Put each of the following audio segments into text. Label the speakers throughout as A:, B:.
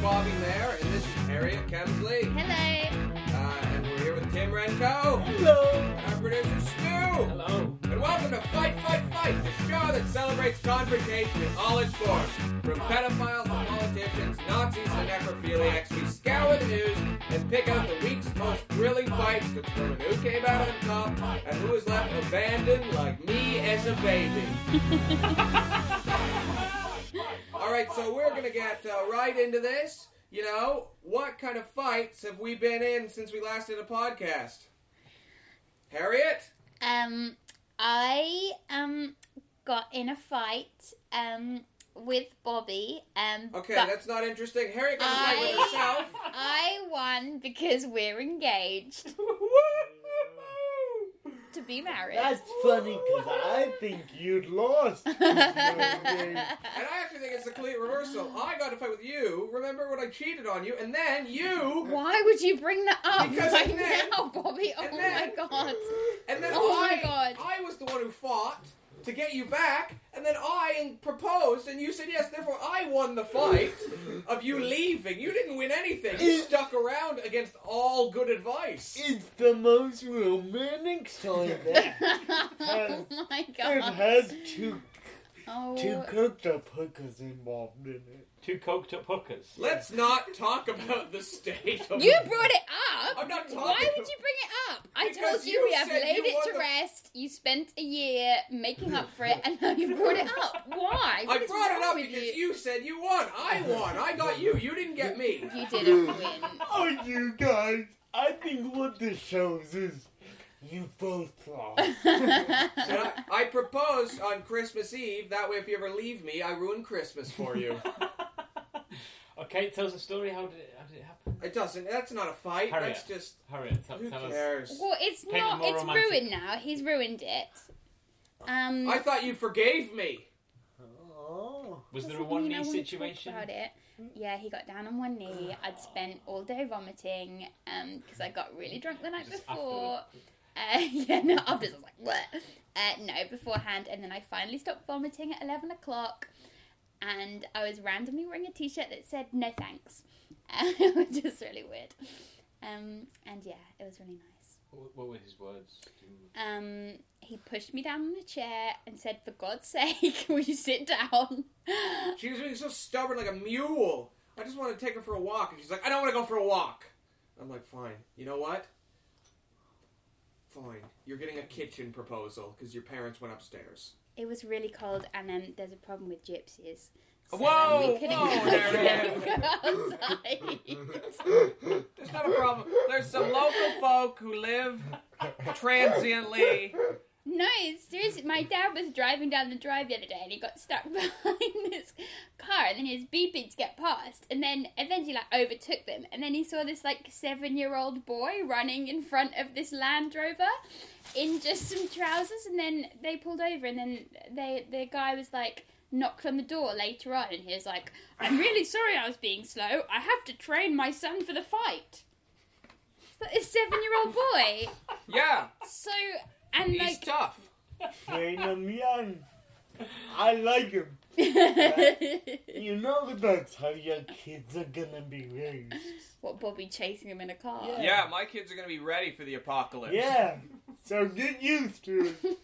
A: Bobby Mayer, and this is Harriet Kemsley.
B: Hello.
A: Uh, and we're here with Tim Renko.
C: Hello.
A: And our producer, Stu.
C: Hello.
A: And welcome to Fight, Fight, Fight, the show that celebrates confrontation in all its forms. From pedophiles to politicians, Nazis to necrophiliacs, we scour the news and pick out the week's most thrilling fights to determine who came out on top and who is left abandoned like me as a baby. all right, so we're going to get uh, right into this. You know, what kind of fights have we been in since we last did a podcast? Harriet?
B: Um, I um got in a fight um with Bobby. Um,
A: Okay,
B: but
A: that's not interesting. Harriet got to fight with
B: I-
A: herself.
B: I won because we're engaged to be married.
C: That's funny because I think you'd lost. That's
A: And I actually think it's the complete reversal. I got to fight with you. Remember when I cheated on you, and then you,
B: Why would you bring that up
A: Because
B: right
A: and then-
B: now, Bobby? Oh
A: and then-
B: my god.
A: and then
B: Oh my
A: I,
B: God.
A: I was the one who fought to get you back, and then I proposed, and you said yes. Therefore, I won the fight of you leaving. You didn't win anything. You stuck around against all good advice.
C: It's the most romantic song that
B: oh my
C: it
B: god.
C: has two
B: Oh.
C: two cooked up hookers involved in it.
D: Two coked up hookers.
A: Let's not talk about the state of
B: You brought it up.
A: I'm not talking
B: Why would you bring it up? I
A: Because
B: told you,
A: you
B: we have
A: said
B: laid
A: you
B: it
A: want
B: to
A: the-
B: rest. You spent a year making up for it, and now you brought it up. Why?
A: I
B: What is
A: brought it
B: wrong
A: up
B: with
A: because
B: you.
A: you. said you won. I won. I got you. You didn't get me.
B: You didn't win.
C: Oh, you guys! I think what this shows is you both lost.
A: And I, I proposed on Christmas Eve. That way, if you ever leave me, I ruin Christmas for you.
D: okay, it tells the story. How did it, how did it happen?
A: It doesn't. That's not a fight.
D: Hurry
A: that's
D: up.
A: just.
D: Hurry up, tell,
A: Who
D: tell us.
A: cares?
B: well, it's
D: Paint it
B: not.
D: more
B: It's
D: romantic.
B: ruined now. He's ruined it. Um,
A: I thought you forgave me.
C: oh.
D: Was
B: doesn't
D: there a
B: mean
D: one
B: I
D: knee
B: wanna talk
D: situation? Ah.
B: About it. Yeah, he got down on one knee. I'd spent all day vomiting because I got really drunk the night
D: Just
B: before. Uh, yeah, no, afterwards I was like, what? Uh, no, beforehand. And then I finally stopped vomiting at 11 o'clock. And I was randomly wearing a t shirt that said, no thanks. Uh, which is really weird. Um, and yeah, it was really nice.
D: What, what were his words?
B: Um, he pushed me down in a chair and said, for God's sake, will you sit down?
A: She was being so stubborn, like a mule. I just want to take her for a walk, and she's like, "I don't want to go for a walk." I'm like, "Fine. You know what? Fine. You're getting a kitchen proposal because your parents went upstairs."
B: It was really cold, and um, there's a problem with gypsies. So, um,
A: Whoa,
B: we couldn't
A: whoa,
B: we
A: Marianne.
B: couldn't go outside.
A: There's not a problem. There's some local folk who live transiently.
B: No, it's seriously. My dad was driving down the drive the other day, and he got stuck behind this car, and then he was beeping to get past, and then eventually like overtook them, and then he saw this like seven-year-old boy running in front of this Land Rover in just some trousers, and then they pulled over, and then they the guy was like knocked on the door later on, and he was like, "I'm really sorry, I was being slow. I have to train my son for the fight." So It's seven-year-old boy.
A: Yeah,
B: So and
A: he's
B: like.
A: tough.
C: Train 'em young. I like him. You know that's how your kids are gonna be raised.
B: what Bobby chasing him in a car?
C: Yeah.
A: Yeah, my kids are gonna be ready for the apocalypse.
C: Yeah. So get used to it.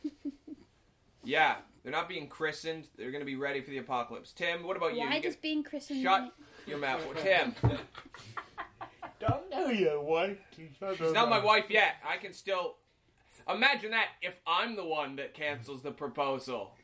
A: Yeah, they're not being christened. They're gonna be ready for the apocalypse. Tim, what about you?
B: Why
A: you
B: does being christened?
A: shut your mouth. Well, Tim,
C: Don't know your wife to shut
A: she's not my wife yet. I can still. Imagine that if I'm the one that cancels the proposal.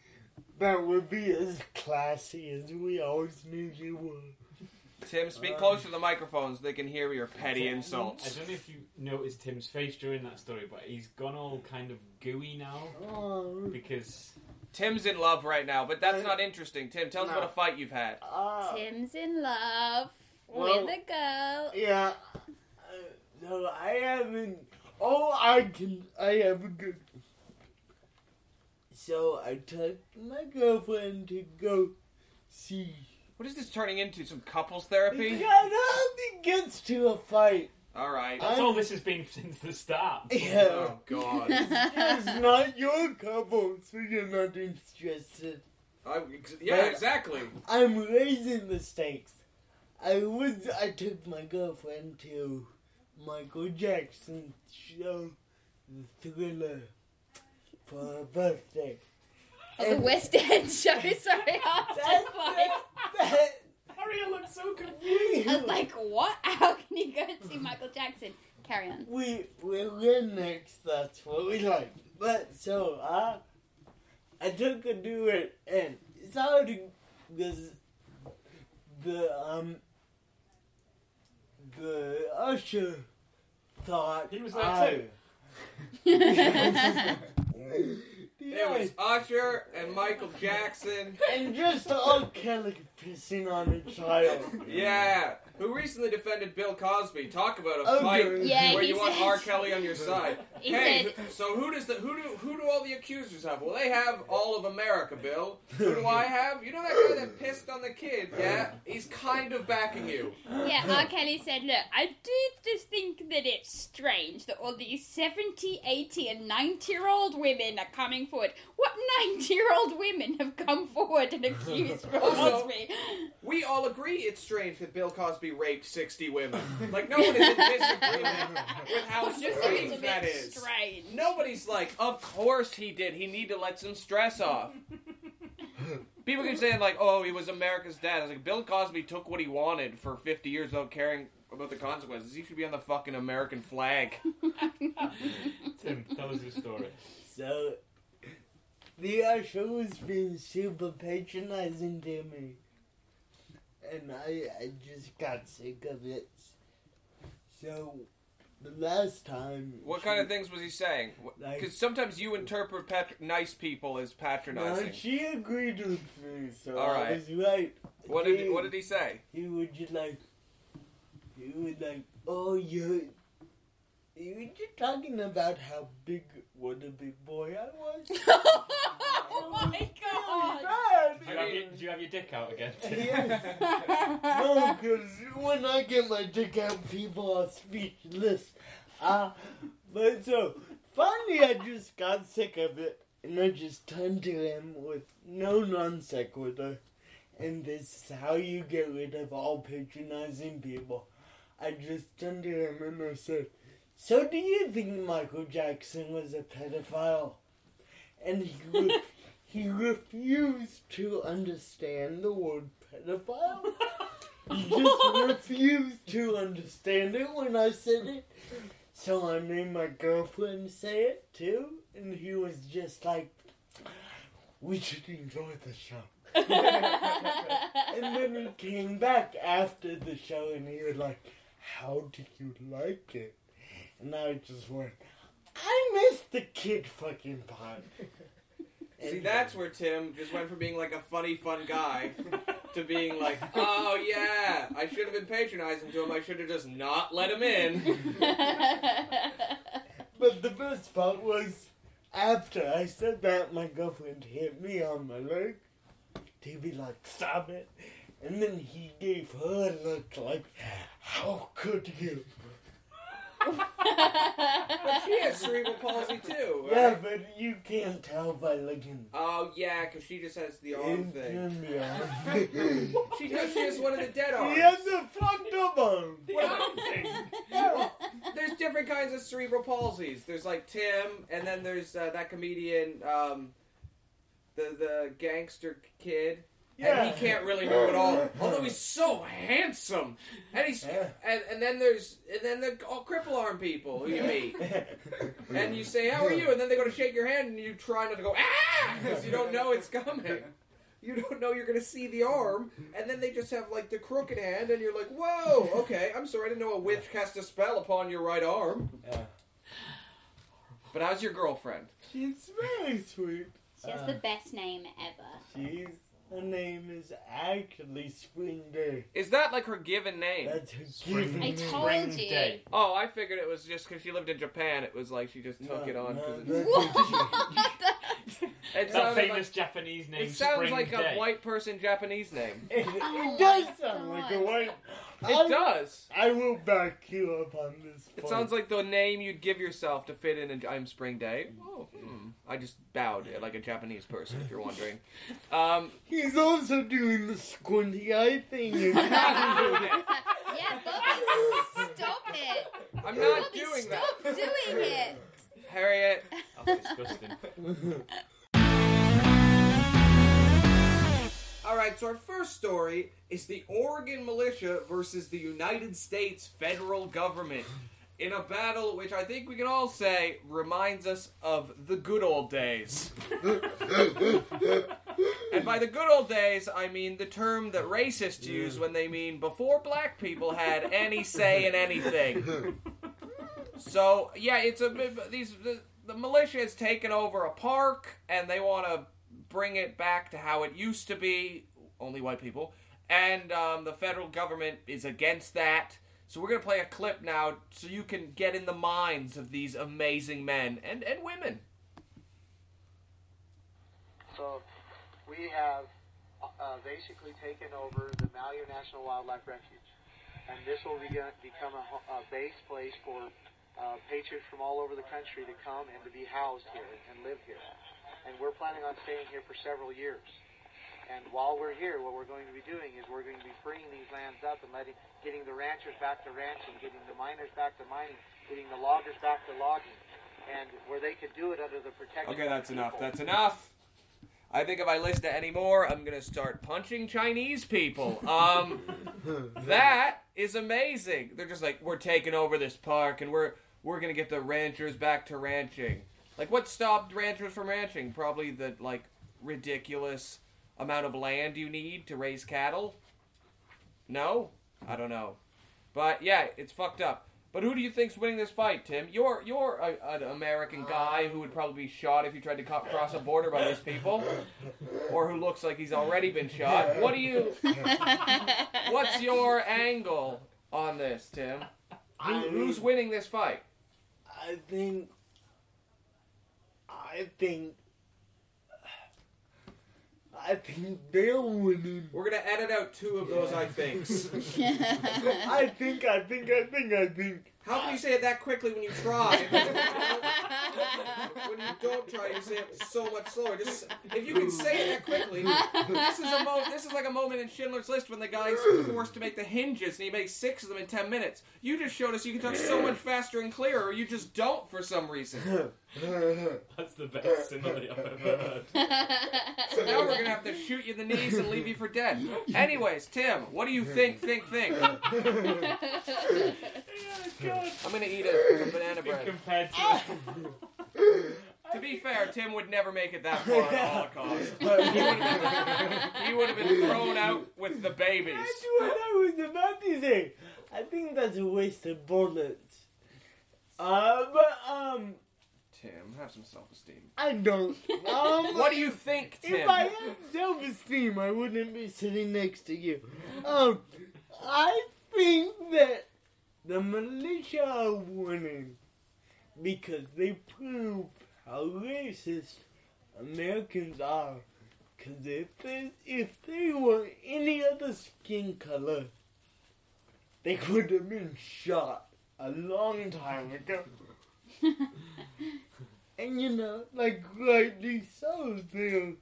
C: That would be as classy as we always knew you were.
A: Tim, speak
C: Um.
A: close to the microphone so they can hear your petty
D: I
A: insults.
D: don't know if you noticed Tim's face during that story, but he's gone all kind of gooey now
C: Oh,
D: because
A: Tim's in love right now, but that's not interesting. Tim, tell us
C: No.
A: about a fight you've had.
C: ah.
B: Tim's in love
C: Well-
B: with a girl.
C: Yeah. Uh, So I haven't. Oh, I can. I have a good. So I took my girlfriend to go see.
A: What is this turning into? Some couples therapy?
C: God, it gets to a fight.
A: All right.
D: that's
C: I'm-
D: all this has been since the start.
C: Yeah.
A: Oh God.
C: It's not your couple, so you're not interested.
A: I, ex- yeah,
C: But-
A: exactly.
C: I'm raising the stakes. I was I took my girlfriend to Michael Jackson's show, The Thriller, for her birthday.
B: Oh, the West End show, sorry,
C: That's
B: after
C: that,
D: Harriet looks so
C: we,
D: confused.
B: I was like, what? How can you go and see Michael Jackson? Carry on.
C: we we're rednecks. That's what we like. But so I I took her to it, and it's hard to because the um the usher thought
D: He was there
C: I-
D: too.
A: There was Usher and Michael Jackson.
C: and just R. Kelly pissing on a child.
A: Yeah, who recently defended Bill Cosby. Talk about a
C: Oh,
A: fight
C: good.
B: Yeah,
A: where
B: he
A: you want
B: said-
A: R. Kelly on your side.
B: He
A: hey,
B: said-
A: who- so who does the who do who do all the accusers have? Well, they have all of America, Bill. Who do I have? You know that guy that pissed on the kid? Yeah, he's kind of backing you.
B: Yeah, R. Kelly said, look, I do just think that it's strange that all these 70, 80, and 90 year old women are coming forward. What 90 year old women have come forward and accused Bill
A: Also-
B: Cosby?
A: We all agree it's strange that Bill Cosby raped sixty women. Like no one is in disagreement with how
B: Just a little
A: strange that
B: bit
A: is.
B: strange.
A: Nobody's like, of course he did. He needed to let some stress off. People keep saying like, oh, he was America's dad. It's like Bill Cosby took what he wanted for 50 years without caring about the consequences. He should be on the fucking American flag.
D: Tim, tell us your story.
C: So the usher was being super patronizing to me. And I, I just got sick of it. So the last time
A: What kind of things was he saying?
C: Like-
A: Because sometimes you interpret pat- nice people as
C: No,
A: patronizing.
C: she agreed with me, so
A: All
C: I
A: right.
C: was right.
A: What did what did he say?
C: He would just like, he would like, oh you, he was just talking about how big, what a big boy I was.
B: oh my god!
D: Do you, have your, do you have your dick out again? Tim?
C: Yes. No, because when I get my dick out, people are speechless. Uh, but so, finally, I just got sick of it, and I just turned to him with no non sequitur. And this is how you get rid of all patronizing people. I just turned to him and I said, So do you think Michael Jackson was a pedophile? And he, re- he refused to understand the word pedophile. He just refused to understand it when I said it. So I made my girlfriend say it too, and he was just like, "We should enjoy the show." And then he came back after the show, and he was like, "How did you like it?" And I just went, "I missed the kid fucking part."
A: See, that's where Tim just went from being like a funny, fun guy to being like, oh yeah, I should have been patronizing to him. I should have just not let him in.
C: But the best part was after I said that, my girlfriend hit me on my leg. He be like, stop it. And then he gave her a look like, how could you?
A: But she has cerebral palsy too.
C: Yeah,
A: Right?
C: but you can't tell by looking.
A: Oh yeah, because she just has the arm thing.
C: in the eye.
A: She does. She has one of the dead arms.
C: He has a fucked up arm.
A: What about- Well, there's different kinds of cerebral palsies. There's like Tim, and then there's uh, that comedian, um, the the gangster kid.
C: Yeah.
A: And he can't really move at all, although he's so handsome. And he's
C: Yeah.
A: and, and then there's and then the all cripple arm people who you meet, and you say how are you, and then they go to shake your hand, and you try not to go ah because you don't know it's coming. You don't know you're gonna see the arm, and then they just have like the crooked hand, and you're like, whoa, okay, I'm sorry, I didn't know a witch cast a spell upon your right arm.
C: Yeah.
A: But how's your girlfriend?
C: She's very sweet.
B: She has the best name ever.
C: She's, her name is actually Spring Day.
A: Is that like her given name?
C: That's her
D: Spring
C: given
B: I
C: name.
B: told
D: Spring
B: you.
D: day.
A: Oh, I figured it was just because she lived in Japan. It was like she just took
C: No,
A: it on.
C: no,
A: 'cause
C: that's-
A: it, it
D: That
A: sounded
D: famous
A: like,
D: Japanese name.
A: it sounds
D: Spring
A: like
D: Day.
A: a white person Japanese name.
C: It,
B: Oh
C: it does
B: my
C: sound like a
B: God.
C: white I-
A: It does.
C: I will back you up on this.
A: It sounds like the name you'd give yourself to fit in a I'm Spring Day. Oh, hmm. I just bowed like a Japanese person, if you're wondering. Um,
C: he's also doing the squinty eye thing. again.
B: yeah, Bobby, stop it.
A: I'm not
B: Bobby,
A: doing that.
B: stop doing it.
A: Harriet,
D: That's disgusting.
A: All right, so our first story is the Oregon militia versus the United States federal government in a battle which I think we can all say reminds us of the good old days. and by the good old days, I mean the term that racists use when they mean before black people had any say in anything. So, yeah, it's a these the, the militia has taken over a park and they want to bring it back to how it used to be, only white people, and um, the federal government is against that. So we're gonna play a clip now, so you can get in the minds of these amazing men and and women.
E: So we have uh, basically taken over the Malheur National Wildlife Refuge, and this will be, become a, ho- a base place for uh, patriots from all over the country to come and to be housed here and live here. And we're planning on staying here for several years. And while we're here, what we're going to be doing is we're going to be freeing these lands up and letting, getting the ranchers back to ranching, getting the miners back to mining, getting the loggers back to logging, and where they could do it under the protection.
A: Okay, that's
E: of
A: enough.
E: people.
A: That's enough. I think if I listen to any more, I'm gonna start punching Chinese people. Um, that is amazing. They're just like, we're taking over this park, and we're we're gonna get the ranchers back to ranching. Like, what stopped ranchers from ranching? Probably the like ridiculous amount of land you need to raise cattle. No, I don't know, but yeah, it's fucked up. But who do you think's winning this fight, Tim? You're you're a, an American guy who would probably be shot if you tried to co- cross a border by these people, or who looks like he's already been shot. What do you? What's your angle on this, Tim? Who,
C: I-
A: who's winning this fight?
C: I think. I think. I think they're winning.
A: We're gonna edit out two of those. I think.
C: I think. I think. I think. I think.
A: How can you say it that quickly when you try? when you don't try, you say it so much slower. Just if you can say it that quickly, this is a mo- this is like a moment in Schindler's List when the guy's forced to make the hinges and he makes six of them in ten minutes. You just showed us you can talk so much faster and clearer. You just don't for some reason.
D: That's the best simile I've ever heard.
A: So now we're gonna have to shoot you in the knees and leave you for dead. Anyways, Tim, what do you think? Think, think.
D: God.
A: I'm gonna eat a, a banana bread.
D: Compared to
A: To be fair, Tim would never make it that far in the Holocaust. He would have been thrown out with the babies.
C: That's what I was about to say. I think that's a waste of bullets. Uh, but um,
A: Tim, have some self-esteem.
C: I don't. Um,
A: What do you think,
C: If
A: Tim?
C: I had self-esteem, I wouldn't be sitting next to you. Um, I think that the militia are winning because they prove how racist Americans are. Because if they, if they were any other skin color, they would have been shot a long time ago. and you know, like rightly so, they're,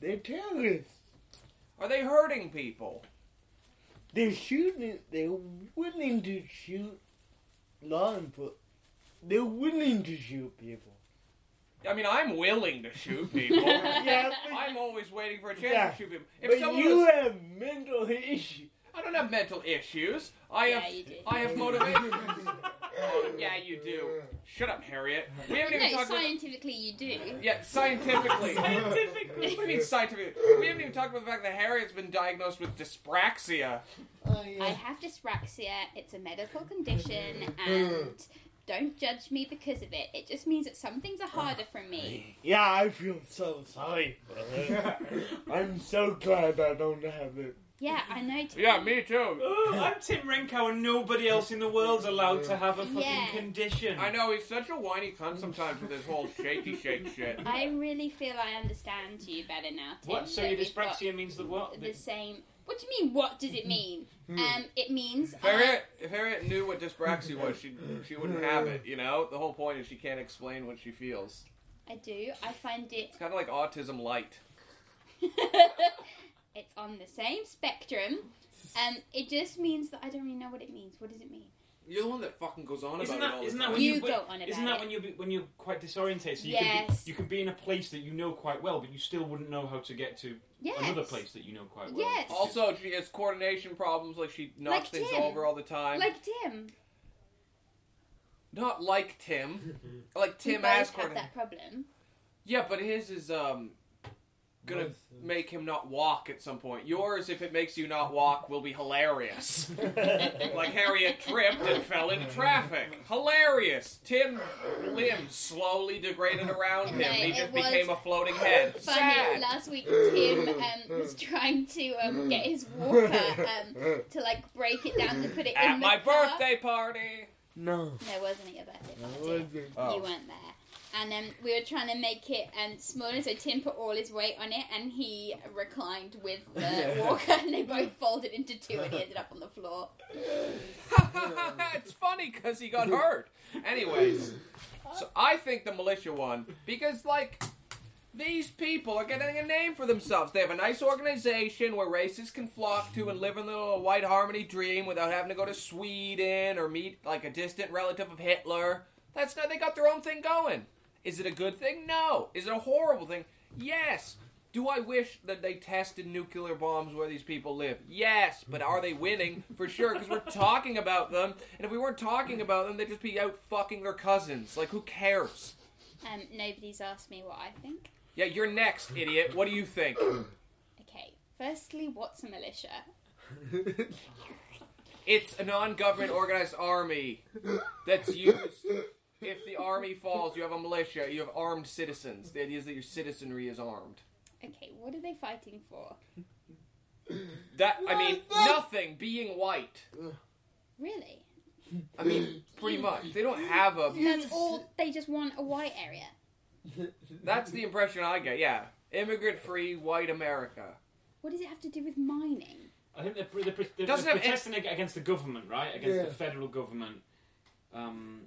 C: they're terrorists.
A: Are they hurting people?
C: They're shooting, they're willing to shoot law enforcement. They're willing to shoot people.
A: I mean, I'm willing to shoot people.
C: yeah, but,
A: I'm always waiting for a chance
C: Yeah.
A: to shoot people.
C: but
A: If someone
C: you
A: was,
C: have mental issues.
A: I don't have mental issues. I
B: Yeah,
A: have
B: you do.
A: I have motivation. oh, yeah, you do. Shut up, Harriet. We haven't even
B: No,
A: talked about
B: scientifically you do.
A: yeah, scientifically.
D: scientifically.
A: What do you mean scientifically? We haven't even talked about the fact that Harriet's been diagnosed with dyspraxia.
C: Oh,
B: I
C: yeah.
B: have dyspraxia. It's a medical condition, and don't judge me because of it. It just means that some things are harder for me.
C: yeah, I feel so sorry. for her. I'm so glad I don't have it.
B: Yeah, I know. Tim.
A: Yeah, me too.
D: Oh, I'm Tim Renkow, and nobody else in the world's allowed to have a fucking
B: Yeah.
D: condition.
A: I know he's such a whiny cunt sometimes with his whole shaky shake shit.
B: I really feel I understand you better now, Tim.
D: What? So
B: that
D: your
B: we've got
D: dyspraxia means the Hmm. what?
B: The same What do you mean? What does it mean? Um, it means
A: If
B: I-
A: Harriet, if Harriet knew what dyspraxia was, she she wouldn't have it. You know, the whole point is she can't explain what she feels.
B: I do. I find it.
A: It's kind of like autism light.
B: it's on the same spectrum. Um, it just means that I don't really know what it means. What does it mean?
A: You're the one that fucking goes on
D: Isn't
A: about
D: that,
A: it all
D: isn't
A: the
D: that
A: time.
D: when
B: You
D: you,
B: go on about
D: isn't that
B: it.
D: when you be- when you're quite disorientated? So you can
B: Yes.
D: be, you can be in a place that you know quite well, but you still wouldn't know how to get to
B: Yes.
D: another place that you know quite well.
B: Yes.
A: Also, she has coordination problems. Like she knocks
B: Like
A: things
B: Tim.
A: over all the time.
B: Like Tim.
A: Not like Tim. Like
B: We
A: Tim
B: both
A: has
B: have
A: coordination.
B: that problem.
A: Yeah, but his is um gonna
F: Both.
A: make him not walk at some point. Yours, if it makes you not walk, will be hilarious. like Harriet tripped and fell into traffic. Hilarious. Tim limbs slowly degraded around him.
B: No,
A: he
B: it
A: just
B: was
A: became a floating head.
B: Funny,
A: Sad.
B: last week Tim um, was trying to um, get his walker um, to like break it down to put it
A: At
B: in the
A: my
B: car.
A: birthday party.
C: No.
B: No, wasn't it your birthday
C: That
B: party?
C: wasn't-
A: Oh.
B: You weren't there. And um, we were trying to make it um, smaller, so Tim put all his weight on it, and he reclined with the walker, and they both folded into two, and he ended up on the floor.
A: it's funny because he got hurt. Anyways, so I think the militia one because like these people are getting a name for themselves. They have a nice organization where races can flock to and live in their little white harmony dream without having to go to Sweden or meet like a distant relative of Hitler. That's not. They got their own thing going. Is it a good thing? No. Is it a horrible thing? Yes. Do I wish that they tested nuclear bombs where these people live? Yes, but are they winning? For sure, because we're talking about them, and if we weren't talking about them, they'd just be out fucking their cousins. Like, who cares?
B: Um, nobody's asked me what I think.
A: Yeah, you're next, idiot. What do you think?
B: Okay, firstly, what's a militia?
A: It's a non government organized army that's used. If the army falls, you have a militia, you have armed citizens. The idea is that your citizenry is armed.
B: Okay, what are they fighting for?
A: That, I mean, nothing being white.
B: Really?
A: I mean, pretty much. They don't have a
B: That's all. They just want a white area.
A: That's the impression I get. Yeah, immigrant-free white America.
B: What does it have to do with mining?
D: I think they're, pr- they're, pr- they're,
A: Doesn't
D: they're
A: have any-
D: protesting ag- against the government, right? Against
F: Yeah.
D: the federal government. Um,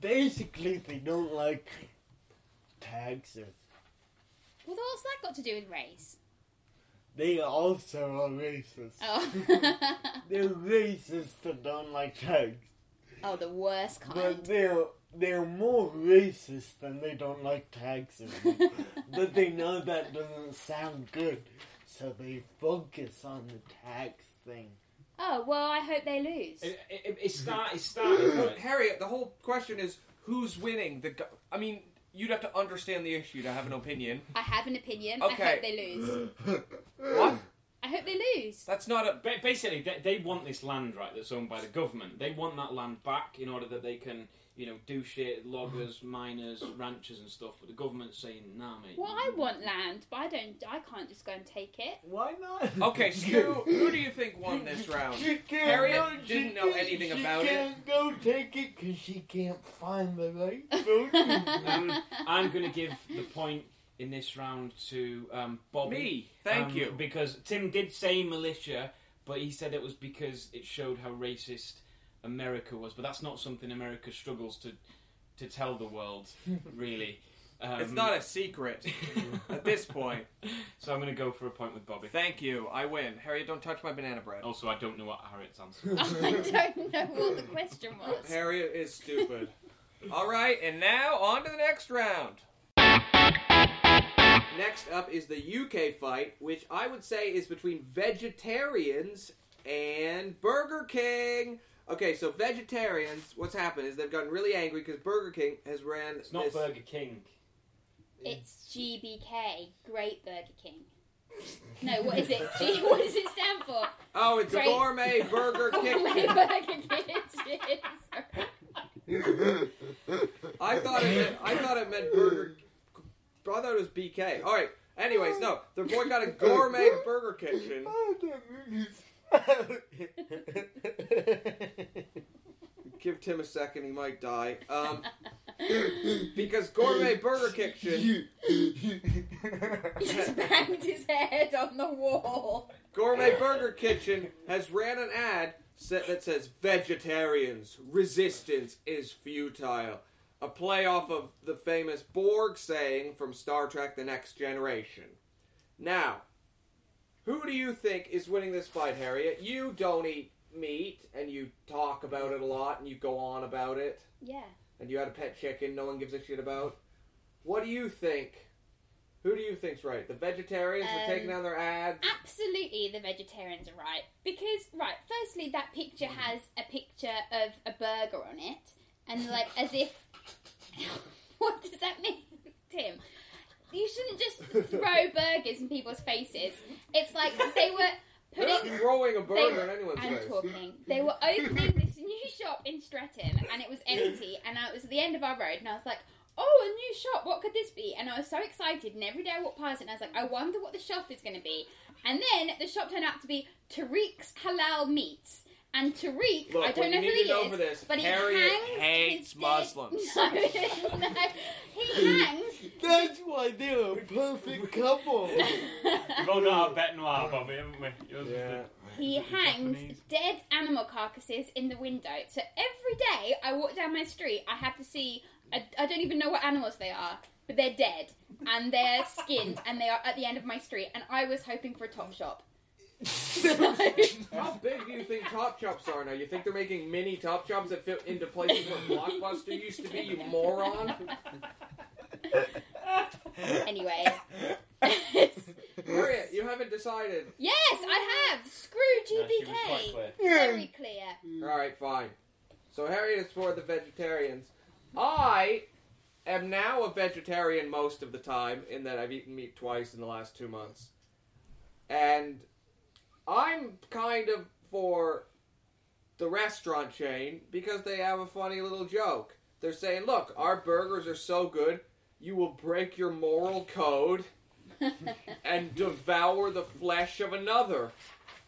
C: Basically, they don't like taxes.
B: Well, what's that got to do with race?
C: They also are racist.
B: Oh,
C: They're racist that don't like taxes.
B: oh, the worst
C: But
B: kind.
C: they're they're more racist than they don't like taxes. but they know that doesn't sound good, so they focus on the tax thing.
B: Oh well, I hope they lose.
D: it, it, it, start, it started.
A: Look,
D: right?
A: Harriet, the whole question is who's winning. The go- I mean, you'd have to understand the issue to have an opinion.
B: I have an opinion. I
A: Okay.
B: hope they lose.
A: What?
B: I hope they lose.
A: That's not a.
D: Ba- Basically, they, they want this land, right, that's owned by the government. They want that land back in order that they can, you know, do shit, loggers, miners, ranchers, and stuff. But the government's saying, nah, mate.
B: Well, I want land, but I don't. I can't just go and take it.
C: Why not?
A: Okay, Stu, who do you think won this round?
C: She can't
A: Harriet
C: go, she
A: didn't know
C: can't-
A: anything
C: she
A: about it.
C: can't go take it because she can't find the right
D: Um,
C: vote.
D: I'm going to give the point in this round to um, Bobby.
A: Me. Thank
D: Um,
A: you.
D: Because Tim did say militia, but he said it was because it showed how racist America was. But that's not something America struggles to to tell the world, really. Um,
A: It's not a secret at this point.
D: so I'm going to go for a point with Bobby.
A: Thank you. I win. Harriet, don't touch my banana bread.
D: Also, I don't know what Harriet's answer.
B: I don't know what the question was.
A: Harriet is stupid. All right, and now on to the next round. Next up is the UK fight, which I would say is between vegetarians and Burger King. Okay, so vegetarians, what's happened is they've gotten really angry because Burger King has ran.
D: It's not
A: this-
D: Burger King.
B: It's GBK, Great Burger King. No, what is it? G, what does it stand for?
A: Oh, it's
B: Great.
A: Gourmet Burger
B: Gourmet
A: King.
B: Burger Kitchen.
A: I thought it meant, I thought it meant Burger. I thought it was BK. All right. Anyways, no, they're boycotting Gourmet Burger Kitchen.
C: Oh, that movie's-
A: Give Tim a second, he might die. Um, because gourmet burger kitchen,
B: He just banged his head on the wall.
A: gourmet burger kitchen has ran an ad set that says vegetarians resistance is futile, a play off of the famous Borg saying from Star Trek: The Next Generation. Now, who do you think is winning this fight, Harriet? You don't eat meat, and you talk about it a lot, and you go on about it.
B: Yeah.
A: and you had a pet chicken no one gives a shit about. What do you think? Who do you think's right? The vegetarians
B: Um,
A: for taking down their ads?
B: Absolutely, the vegetarians are right. Because, right, firstly, that picture has a picture of a burger on it, and like as if. what does that mean, Tim? You shouldn't just throw burgers in people's faces. It's like they were
A: They're not
B: putting.
A: throwing a burger
B: they-
A: in anyone's
B: I'm
A: face.
B: talking. They were opening this new shop in Streatham, and it was empty, and I- it was at the end of our road, and I was like, "Oh, a new shop! What could this be?" And I was so excited, and every day I walked past it, and I was like, "I wonder what the shop is going to be." And then the shop turned out to be Tariq's Halal Meats. And Tariq,
A: Look,
B: I
A: what
B: don't know
A: you need
B: who he
A: to know
B: is,
A: for this,
B: but he
A: Harriet
B: hangs
A: hates
B: his dead-
A: Muslims.
B: No, no, he hangs.
C: That's why they're a perfect couple.
D: We've all got our bet noir, Bobby, haven't we? Yours is
A: Yeah.
B: He
D: The
B: hangs
D: Japanese.
B: dead animal carcasses in the window. So every day I walk down my street, I have to see, I, I don't even know what animals they are, but they're dead and they're skinned and they are at the end of my street. And I was hoping for a top shop.
A: How big do you think Top Chops are now? You think they're making mini Top Chops that fit into places where Blockbuster used to be, you moron?
B: anyway.
A: Harriet, you haven't decided.
B: yes, I have. Screw
D: No, she was quite
B: GBK.
D: clear.
B: Very clear.
A: Alright, fine. So Harriet is for the vegetarians. I am now a vegetarian most of the time, in that I've eaten meat twice in the last two months. And I'm kind of for the restaurant chain because they have a funny little joke. They're saying, look, our burgers are so good, you will break your moral code and devour the flesh of another.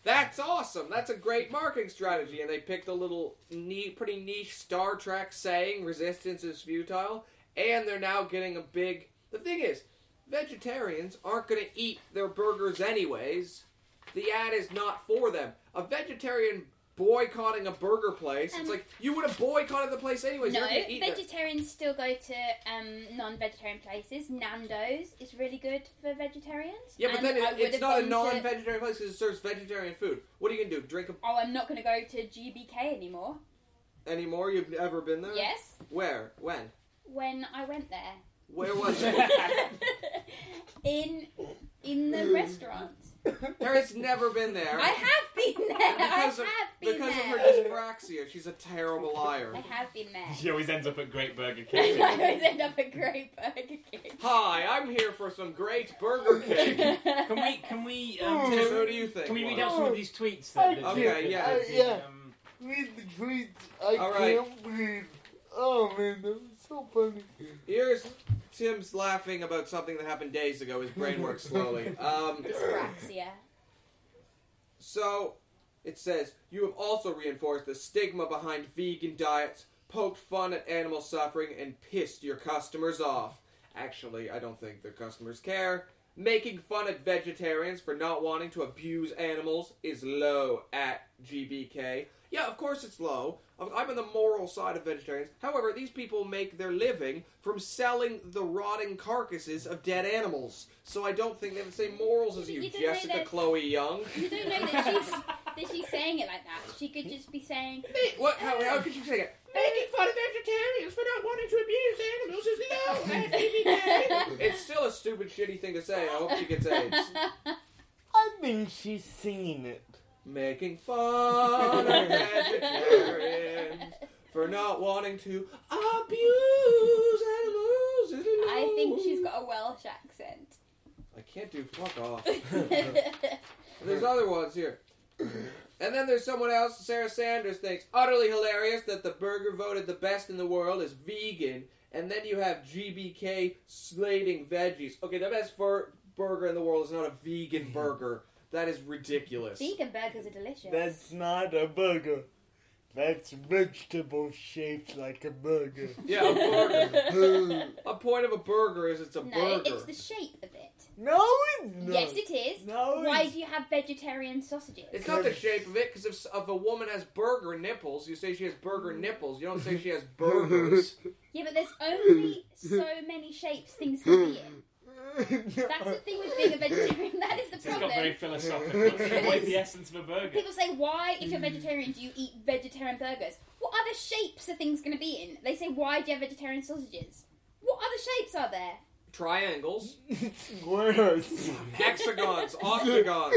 A: That's awesome. That's a great marketing strategy. And they picked a little ne pretty niche Star Trek saying, resistance is futile. And they're now getting a big. The thing is, vegetarians aren't going to eat their burgers anyways. The ad is not for them. A vegetarian boycotting a burger place, it's
B: Um,
A: like, you would have boycotted the place anyways.
B: No,
A: You're not gonna eat there.
B: vegetarians still go to um, non-vegetarian places. Nando's is really good for vegetarians.
A: Yeah, but
B: and
A: then
B: I
A: it,
B: would
A: it's
B: have
A: not a
B: gone to-
A: non-vegetarian place because it serves vegetarian food. What are you gonna do? Drink
B: Oh, I'm not going to go to GBK anymore.
A: anymore? You've ever been there?
B: Yes,
A: Where? When?
B: when I went there.
A: Where was it?
B: in in the
A: Mm.
B: restaurant.
A: there has never been there.
B: I have been there.
A: Because
B: I
A: of-
B: have been
A: because of
B: there.
A: her dyspraxia, she's a terrible liar.
B: I have been there.
D: She always ends up at Great Burger
B: I
D: King.
B: always end up at Great Burger King.
A: Hi, I'm here for some great Burger King.
D: Can we? Can we? Um,
A: Tim,
D: take-
A: who do you think?
D: Can we read
A: won?
D: out some of these tweets? That, that-
A: Okay,
D: that-
A: Oh. yeah,
D: that-
C: yeah.
D: um,
C: Read the tweets. I
A: All right.
C: can't breathe. Oh man, that was so funny.
A: Here's Tim's laughing about something that happened days ago. His brain works slowly. Um,
B: Dyspraxia.
A: So it says you have also reinforced the stigma behind vegan diets, poked fun at animal suffering, and pissed your customers off. Actually, I don't think their customers care. Making fun at vegetarians for not wanting to abuse animals is low at GBK. Yeah, of course it's low. I'm- I'm on the moral side of vegetarians. However, these people make their living from selling the rotting carcasses of dead animals. So I don't think they have the same morals as
B: You
A: you,
B: didn't know
A: Jessica
B: that-
A: Chloe Young.
B: You don't know that she's that she's saying it like that. She could just be saying.
A: Ma- What? How, how could you say it? Making fun of vegetarians for not wanting to abuse animals is low at GBK. it's still a stupid, shitty thing to say. I hope she gets AIDS.
C: I think she's singing it.
A: Making fun of vegetarians for not wanting to abuse animals is low.
B: I think she's got a Welsh accent.
A: I can't do fuck off. There's other ones here. And then there's someone else, Sarah Sanders thinks, utterly hilarious that the burger voted the best in the world is vegan, and then you have GBK slating veggies. Okay, the best fur- burger in the world is not a vegan burger. That is ridiculous.
B: Vegan burgers are delicious.
C: That's not a burger. That's vegetable shaped like a burger.
A: Yeah, a burger. A point of a burger is it's a
B: no,
A: burger.
B: it's the shape of it.
C: no, it's not.
B: Yes, it is.
C: No,
B: Why
C: it's-
B: do you have vegetarian sausages?
A: It's not the shape of it, because if, s- if a woman has burger nipples, you say she has burger
B: Mm.
A: nipples. You don't say she has burgers.
B: Yeah, but there's only so many shapes things can be in. That's the thing with being a vegetarian. That is the
D: It's got
B: problem.
D: very philosophical. what is the essence of a burger?
B: People say, why, if you're vegetarian, do you eat vegetarian burgers? What other shapes are things going to be in? They say, why do you have vegetarian sausages? What other shapes are there?
A: Triangles,
C: Squares.
A: hexagons, octagons.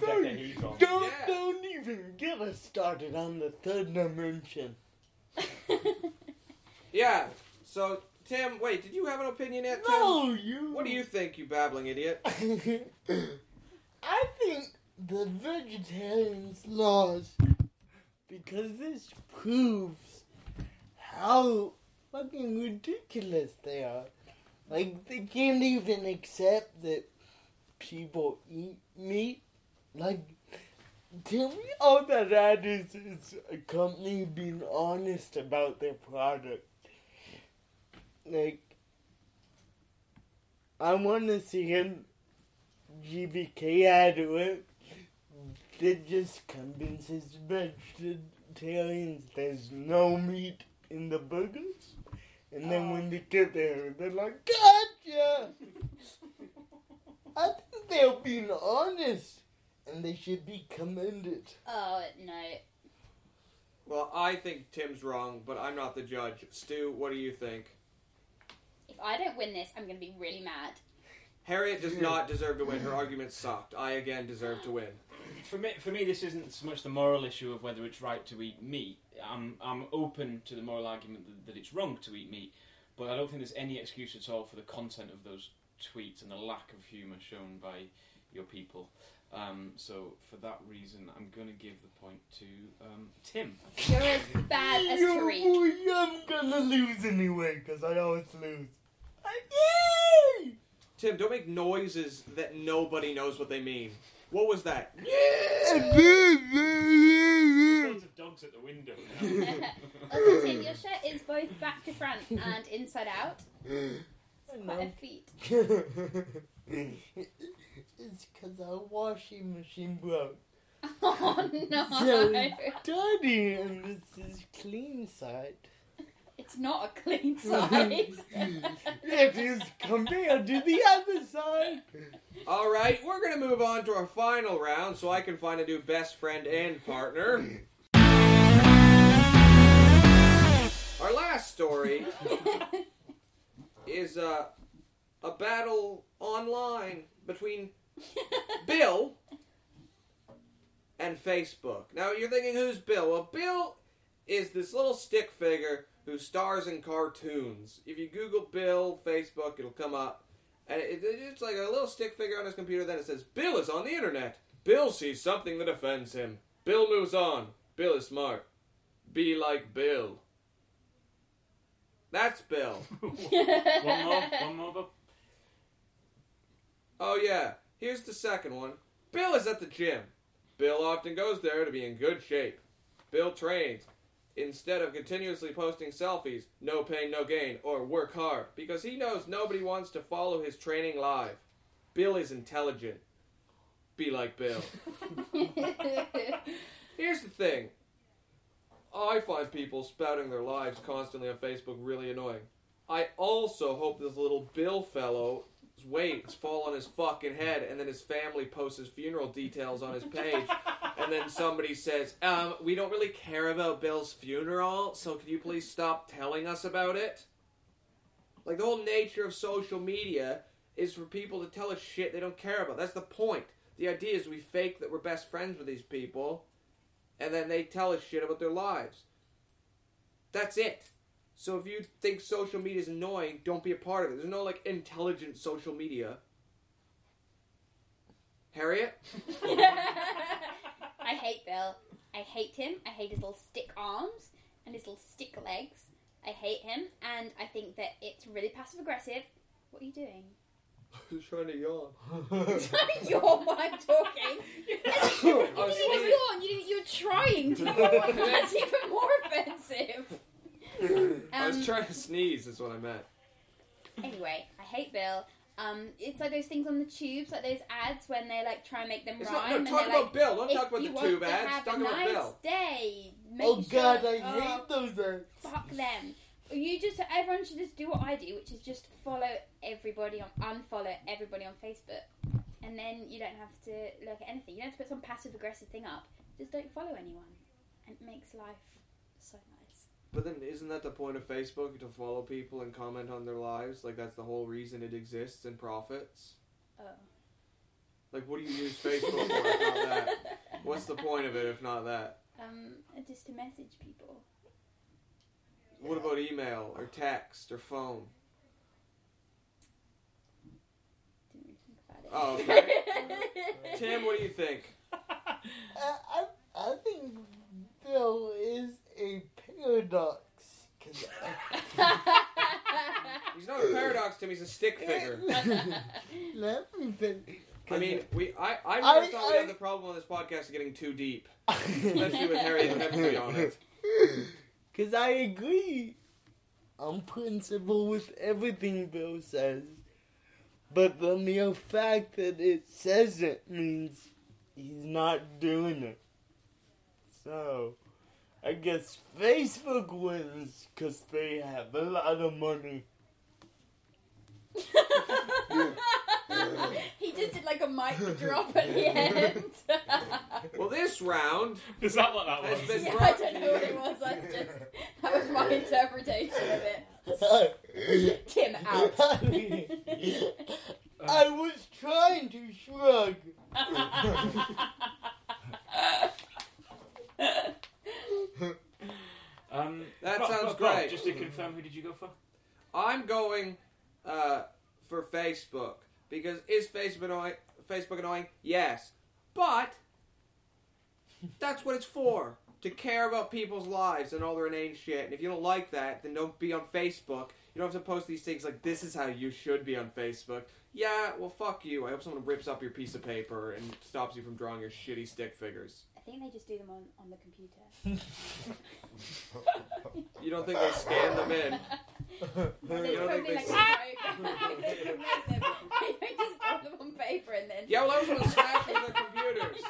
D: Dodecahedron.
C: Don't
A: Yeah.
C: don't even get us started on the third dimension.
A: Yeah. So, Tim, wait, did you have an opinion yet, Tim?
C: No, you.
A: uh, What do you think, you babbling idiot?
C: I think the vegetarians lost because this proves how fucking ridiculous they are. Like they can't even accept that people eat meat. Like, tell me all that that is is a company being honest about their product. Like, I want to see him GBK out of it. That just convinces vegetarians there's no meat in the burgers. And then when they get there, they're like, gotcha! I think they're being honest. And they should be commended.
B: Oh, no.
A: Well, I think Tim's wrong, but I'm not the judge. Stu, what do you think?
B: If I don't win this, I'm going to be really mad.
A: Harriet does not deserve to win. Her argument sucked. I again deserve to win.
D: For me, for me, this isn't so much the moral issue of whether it's right to eat meat. I'm, I'm open to the moral argument that, that it's wrong to eat meat, but I don't think there's any excuse at all for the content of those tweets and the lack of humour shown by your people. Um, so for that reason, I'm going to give the point to um, Tim.
B: You're as bad as
C: Yo,
B: Tariq.
C: boy, I'm gonna lose anyway, because I always lose. Ah, Yay!
A: Tim, don't make noises that nobody knows what they mean. What was that?
D: Loads of dogs at the window. now.
B: also, Tim, your shirt is both back to front and inside out. Quite a feat.
C: it's because our washing machine broke.
B: Oh, no.
C: So dirty, and this is clean side.
B: It's not a clean side.
C: It is compared to the other side.
A: All right, we're going to move on to our final round so I can find a new best friend and partner. Our last story is uh, a battle online between Bill and Facebook. Now you're thinking, who's Bill? Well, Bill is this little stick figure who stars in cartoons. If you Google Bill Facebook, it'll come up, and it, it- it's like a little stick figure on his computer. Then it says, "Bill is on the internet. Bill sees something that offends him. Bill moves on. Bill is smart. Be like Bill." That's Bill.
D: one more, one more. Bob.
A: Oh yeah, here's the second one. Bill is at the gym. Bill often goes there to be in good shape. Bill trains instead of continuously posting selfies, no pain, no gain, or work hard, because he knows nobody wants to follow his training live. Bill is intelligent. Be like Bill. Here's the thing. I find people spouting their lives constantly on Facebook really annoying. I also hope this little Bill fellow's weights fall on his fucking head and then his family posts his funeral details on his page. And then somebody says, um, we don't really care about Bill's funeral, so can you please stop telling us about it? Like, the whole nature of social media is for people to tell us shit they don't care about. That's the point. The idea is we fake that we're best friends with these people, and then they tell us shit about their lives. That's it. So if you think social media is annoying, don't be a part of it. There's no like intelligent social media. Harriet,
B: I hate Bill. I hate him. I hate his little stick arms and his little stick legs. I hate him, and I think that it's really passive aggressive. What are you doing?
A: who's trying to yawn?
B: You're while I'm talking. You
A: I was Oh,
B: didn't even yawn. You, didn't, you were trying to yawn. That's even Um,
A: sneeze is what I meant.
B: Anyway, I hate Bill. Um, it's like those things on the tubes, like those ads when they like try and make them
A: It's
B: rhyme.
A: not, no,
B: and
A: talk
B: they're like,
A: about Bill. Don't
B: if
A: talk about
B: you
A: the
B: want
A: tube
B: to
A: ads.
B: have
A: Talk
B: a
A: about
B: nice
A: Bill.
B: day. Make
C: Oh
B: sure-
C: god, I
B: oh,
C: hate those ads.
B: Fuck them. You just everyone should just do what I do, which is just follow everybody on unfollow everybody on Facebook, and then you don't have to look at anything. You don't have to put some passive aggressive thing up. Just don't follow anyone, and it makes life so nice.
A: But then, isn't that the point of Facebook to follow people and comment on their lives? Like that's the whole reason it exists and profits.
B: Oh.
A: Like, what do you use Facebook for if not that? What's the point of it if not that?
B: Um, just to message people.
A: What about email or text or phone?
B: Didn't really think about it.
A: Oh, okay. Tim, what do you think?
C: I, I, I think Bill is a paradox. 'cause
A: He's not a paradox, Tim. He's a stick figure.
C: I, let me finish.
A: I mean, we I I
C: I-
A: really thought we
C: I-
A: had the problem on this podcast of getting too deep, especially with Harry and Pepsi on it.
C: Because I agree on principle with everything Bill says. But the mere fact that it says it means he's not doing it. So, I guess Facebook wins because they have a lot of money.
B: he just did like a mic drop at the end.
A: Well, this round
D: Is that what that
A: has
D: was?
A: been
B: yeah, I
A: brought to
B: don't know what
A: you.
B: it was. I was just that was my interpretation of it. Tim out.
C: I was trying to shrug.
D: Um,
A: That
D: Rob,
A: sounds
D: Rob, Rob,
A: great.
D: just to confirm, who did you go for?
A: I'm going uh, for Facebook because is Facebook annoying? Facebook annoying? Yes, but that's what it's for. To care about people's lives and all their inane shit. And if you don't like that, then don't be on Facebook. You don't have to post these things like this is how you should be on Facebook. Yeah, well, fuck you. I hope someone rips up your piece of paper and stops you from drawing your shitty stick figures.
B: I think they just do them on, on the computer.
A: You don't think they scan them in?
B: There's
A: don't
B: probably
A: think
B: like
A: they
B: a program that can make them. They don't just drop them on paper and then.
A: Yeah, well, I was on the Smash with their computers.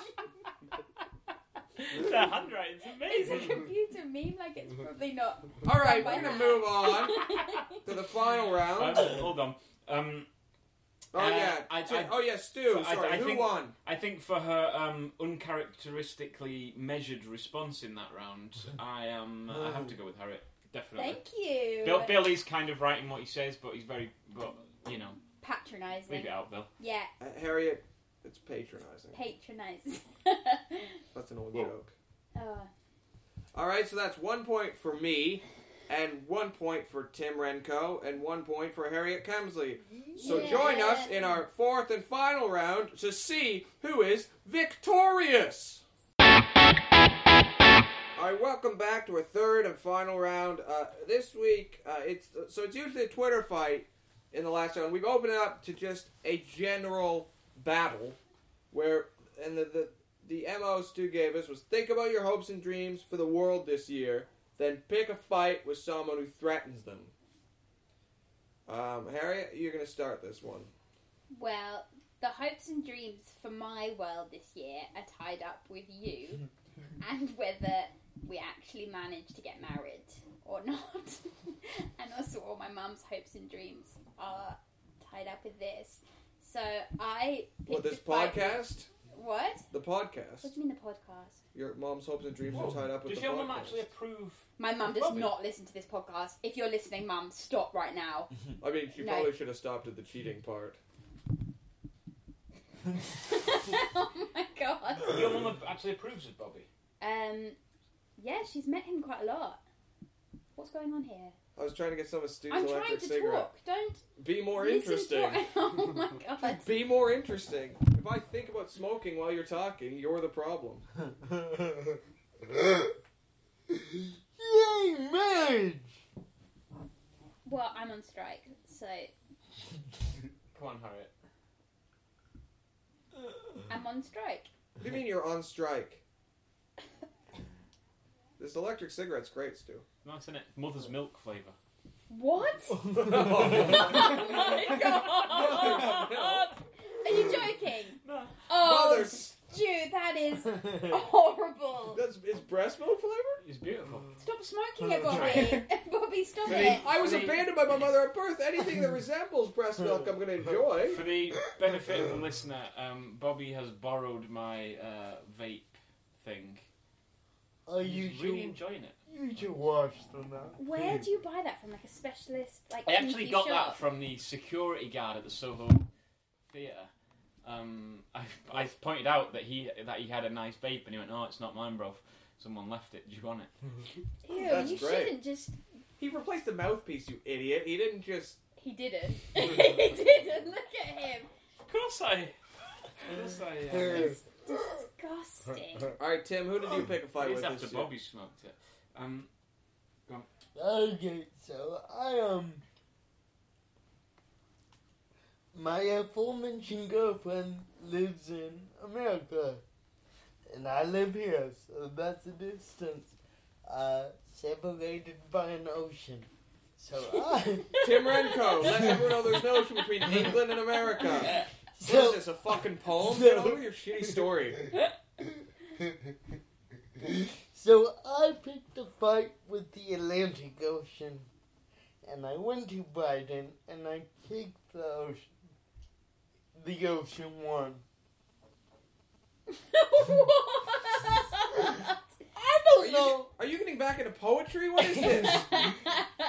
D: Their handwriting's
B: It's a
D: amazing.
B: computer meme, like it's probably not.
A: All right, we're gonna move on to the final
D: Um,
A: round.
D: hold on. Um,
A: Oh
D: Uh,
A: yeah.
D: I-
A: So-
D: I-
A: oh yeah, Stu.
D: so I-
A: sorry,
D: I
A: who
D: think-
A: won?
D: I think for her um, uncharacteristically measured response in that round, I am.
A: Oh.
D: I have to go with Harriet. Definitely.
B: Thank you.
D: Bill, Bill is kind of writing what he says, but he's very. But you know, leave
B: Patronising.
D: it out, Bill.
B: Yeah,
A: Uh, Harriet. It's patronizing.
B: patronising.
A: That's an old
D: Whoa.
A: joke.
B: oh,
A: All right, so that's one point for me, and one point for Tim Renko, and one point for Harriet Kemsley. So join us in our fourth and final round to see who is victorious. All right, welcome back to our third and final round. Uh, this week, uh, it's so it's usually a Twitter fight in the last round. We've opened it up to just a general battle, where and the the, the mo Stu gave us was think about your hopes and dreams for the world this year, then pick a fight with someone who threatens them. Um, Harriet, you're gonna start this one.
B: Well, the hopes and dreams for my world this year are tied up with you and whether we actually manage to get married or not. and also, all my mum's hopes and dreams are tied up with this. So I.
A: What
B: picked
A: this
B: a fight-
A: podcast?
B: What?
A: The
B: What
A: podcast.
B: do you mean the podcast?
A: Your mom's hopes and dreams
D: Whoa.
A: are tied up with
D: Does
A: the
D: your
A: podcast.
D: mum actually approve?
B: My mum does
D: Robin.
B: not listen to this podcast. If you're listening, mum, stop right now.
A: I mean, she
B: No.
A: probably should have stopped at the cheating part.
B: oh my god.
D: Your mum actually approves of Bobby.
B: Um, yeah, she's met him quite a lot. What's going on here?
A: I was trying to get some of Stu's
B: I'm trying
A: electric
B: to
A: cigarette.
B: talk. Don't
A: Be more
B: listen
A: interesting.
B: To oh my god.
A: Be more interesting. If I think about smoking while you're talking, you're the problem.
C: Yay, marriage!
B: Well, I'm on strike, so
D: Come on, Harriet.
B: I'm on strike.
A: What do you mean you're on strike? This electric cigarette's great, Stu.
D: Nice, isn't it? Mother's milk flavour.
B: What?
A: Oh,
B: Oh my god! Are you joking?
D: No.
B: Oh,
A: Mother-
B: Stu, that is horrible.
A: That's is breast milk flavored.
D: It's beautiful.
B: Stop smoking it, Bobby. Bobby, stop
D: For
B: it.
D: the-
A: I was
D: for the-
A: abandoned by my mother at birth. Anything that resembles breast milk, I'm going to enjoy.
D: For the benefit of the listener, um, Bobby has borrowed my uh, vape thing.
C: Oh, you
D: He's really
C: should,
D: enjoying it.
C: you should wash them out.
B: Where do you buy that from? Like a specialist, like
D: I actually
B: kinky
D: got that
B: shop?
D: from the security guard at the Soho Theatre. Um, I, I pointed out that he that he had a nice vape, and he went, "No, it's not mine, bro. Someone left it. Do you want it?"
B: Ew,
A: That's
B: you
A: great.
B: shouldn't just.
A: He replaced the mouthpiece, you idiot. He didn't just.
B: He didn't. he didn't. Look at him.
D: Of course I. Of course I. Uh,
B: It's disgusting.
A: All right, Tim, who did you pick a fight
D: it
A: with?
D: is Oh, after
A: this year?
D: Bobby smoked it. Um,
C: Okay, so I um my uh, aforementioned girlfriend lives in America, and I live here, so that's a distance uh, separated by an ocean. So I
A: Tim Renko, let everyone know there's no ocean between England and America. what is
C: so
A: this, a fucking poem?
C: So-
A: Get over your shitty story.
C: so I picked a fight with the Atlantic Ocean, and I went to Biden and I kicked the ocean. The ocean won.
B: what?
C: I
A: Are
C: don't
A: you,
C: know.
A: are you getting back into poetry? What is this?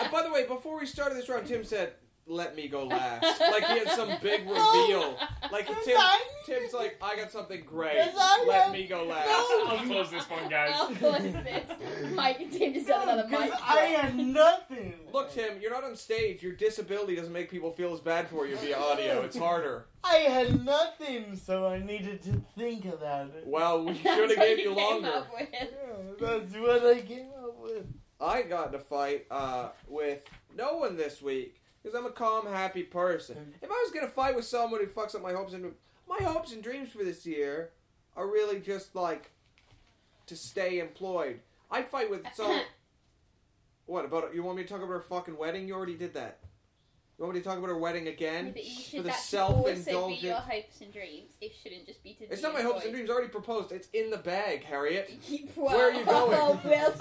A: Uh, by the way, before we started this round, Tim said, let me go last. Like he had some
B: Oh.
A: big
C: Oh,
A: reveal. Like
C: Does
A: Tim,
C: I-
A: Tim's like, I got something great.
C: Does I
A: Let
C: have-
A: me go
C: No.
A: last.
D: I'll close this one,
B: I'll
D: guys.
B: close this. Mike, Tim just done another mic.
C: Because I had nothing.
A: Look, Tim, you're not on stage. Your disability doesn't make people feel as bad for you via audio. It's harder.
C: I had nothing, so I needed to think about it.
A: Well, we
B: That's
A: should have
B: what
A: gave
B: he
A: you
B: came
A: longer.
B: up with.
C: Yeah, that's what I came up with.
A: I got in a fight uh, with no one this week because I'm a calm, happy person.
B: Mm-hmm.
A: If I was gonna fight with someone who fucks up my hopes and my hopes and dreams for this year are really just like to stay employed. I fight with someone. what about you? Want me to talk about her fucking wedding? You already did that. You want me to talk about her wedding again?
B: But you should
A: for the
B: that should also be
A: self-indulgent-
B: your hopes and dreams. It shouldn't just be to.
A: It's
B: be
A: not my hopes and
B: enjoyed.
A: dreams. I already proposed. It's in the bag, Harriet.
B: Keep- well,
A: Where are you going?
B: we'll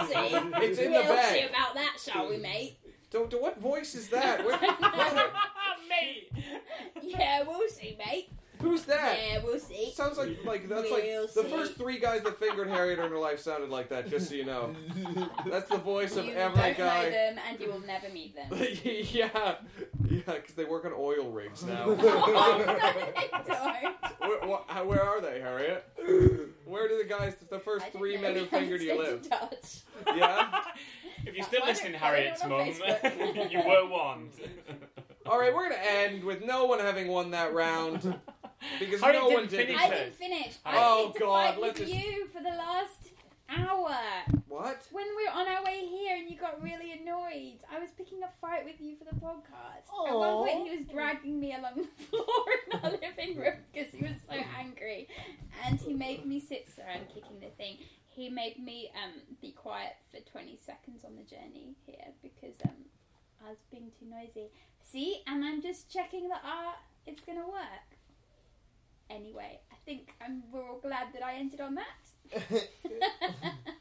B: see.
A: It's in the
B: we'll see
A: bag.
B: about that, shall we, mate?
A: Don't. don't- What voice is that? Where, where-
D: Mate.
B: Yeah, we'll see, mate.
A: who's that?
B: Yeah, we'll see.
A: Sounds like like that's like
B: We'll
A: the
B: see.
A: first three guys that fingered Harriet in her life sounded like that. Just so you know, that's the voice of
B: you
A: every
B: don't know
A: guy.
B: them, and you will never meet them.
A: yeah, yeah, because they work on oil rigs now.
B: oh,
A: Um,
B: no, they don't.
A: where, wh- how- where are they, Harriet? Where do the guys, the first
B: I don't
A: three
B: know.
A: men
B: We
A: who fingered
B: haven't
A: you
B: stayed
A: live?
B: in touch.
A: Yeah.
D: If you're still
B: Why don't-
D: listening,
B: why don't
D: Harriet's
B: on
D: mum,
B: Facebook?
D: you were warned.
A: All right, we're gonna end with no one having won that round because
D: Harriet
A: no one
D: didn't
A: did.
D: finish
B: I
D: that.
B: didn't finish.
A: Oh,
B: I need to
A: God,
B: fight
A: let's
B: with
A: just-
B: you for the last hour.
A: What?
B: When we were on our way here and you got really annoyed, I was picking a fight with you for the podcast. At one point, he was dragging me along the floor in our living room because he was so angry, and he made me sit. Sorry, I'm kicking the thing. He made me um, be quiet for 20 seconds on the journey here because um, I was being too noisy. See, and I'm just checking that uh, it's gonna work. Anyway, I think um, we're all glad that I ended on that.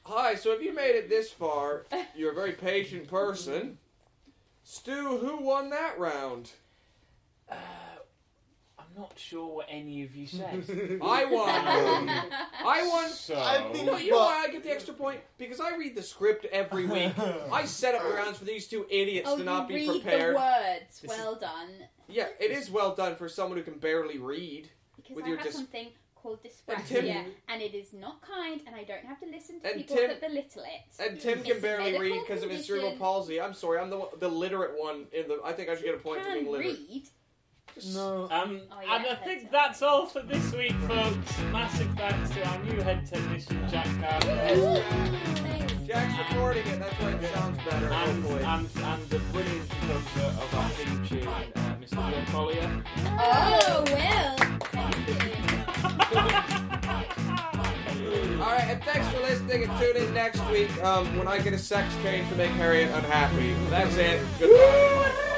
A: Hi. So if you made it this far, you're a very patient person. Stu, who won that round?
D: Uh, I'm not sure what any of you said.
A: I won. I won.
D: So, um,
C: I think-
A: No, you know why I get the extra point? Because I read the script every week. I set up the rounds for these two idiots
B: oh,
A: to not
B: you
A: be
B: read
A: prepared.
B: the words.
D: This is-
B: well done.
A: Yeah, it is well done for someone who can barely read.
B: Because
A: With
B: I
A: your
B: have
A: dys-
B: something called
A: And
B: dyspraxia,
A: Tim-
B: and it is not kind, and I don't have to listen to
A: And
B: people
A: Tim-
B: that belittle it.
A: And Tim
B: It's
A: can
B: a
A: barely
B: medical
A: read because of his cerebral
B: condition.
A: palsy. I'm sorry, I'm the the literate one. In the, I think I should get a point for
B: Can
A: being literate.
B: read.
A: Just-
C: no.
D: Um,
B: Oh, yeah,
D: and I
B: that's
D: think
B: it.
D: that's all for this week, folks. Massive thanks to our new head technician, Jack Gardner,
B: Thanks.
A: Jack's recording it. That's why it sounds better.
D: and,
A: Hopefully.
D: and, and the brilliant composer of our theme tune, uh, Mr. John Collier.
B: Oh well. Thank you.
A: All right, and thanks for listening. And tune in next week um, when I get a sex change to make Harriet unhappy. That's it. Goodbye.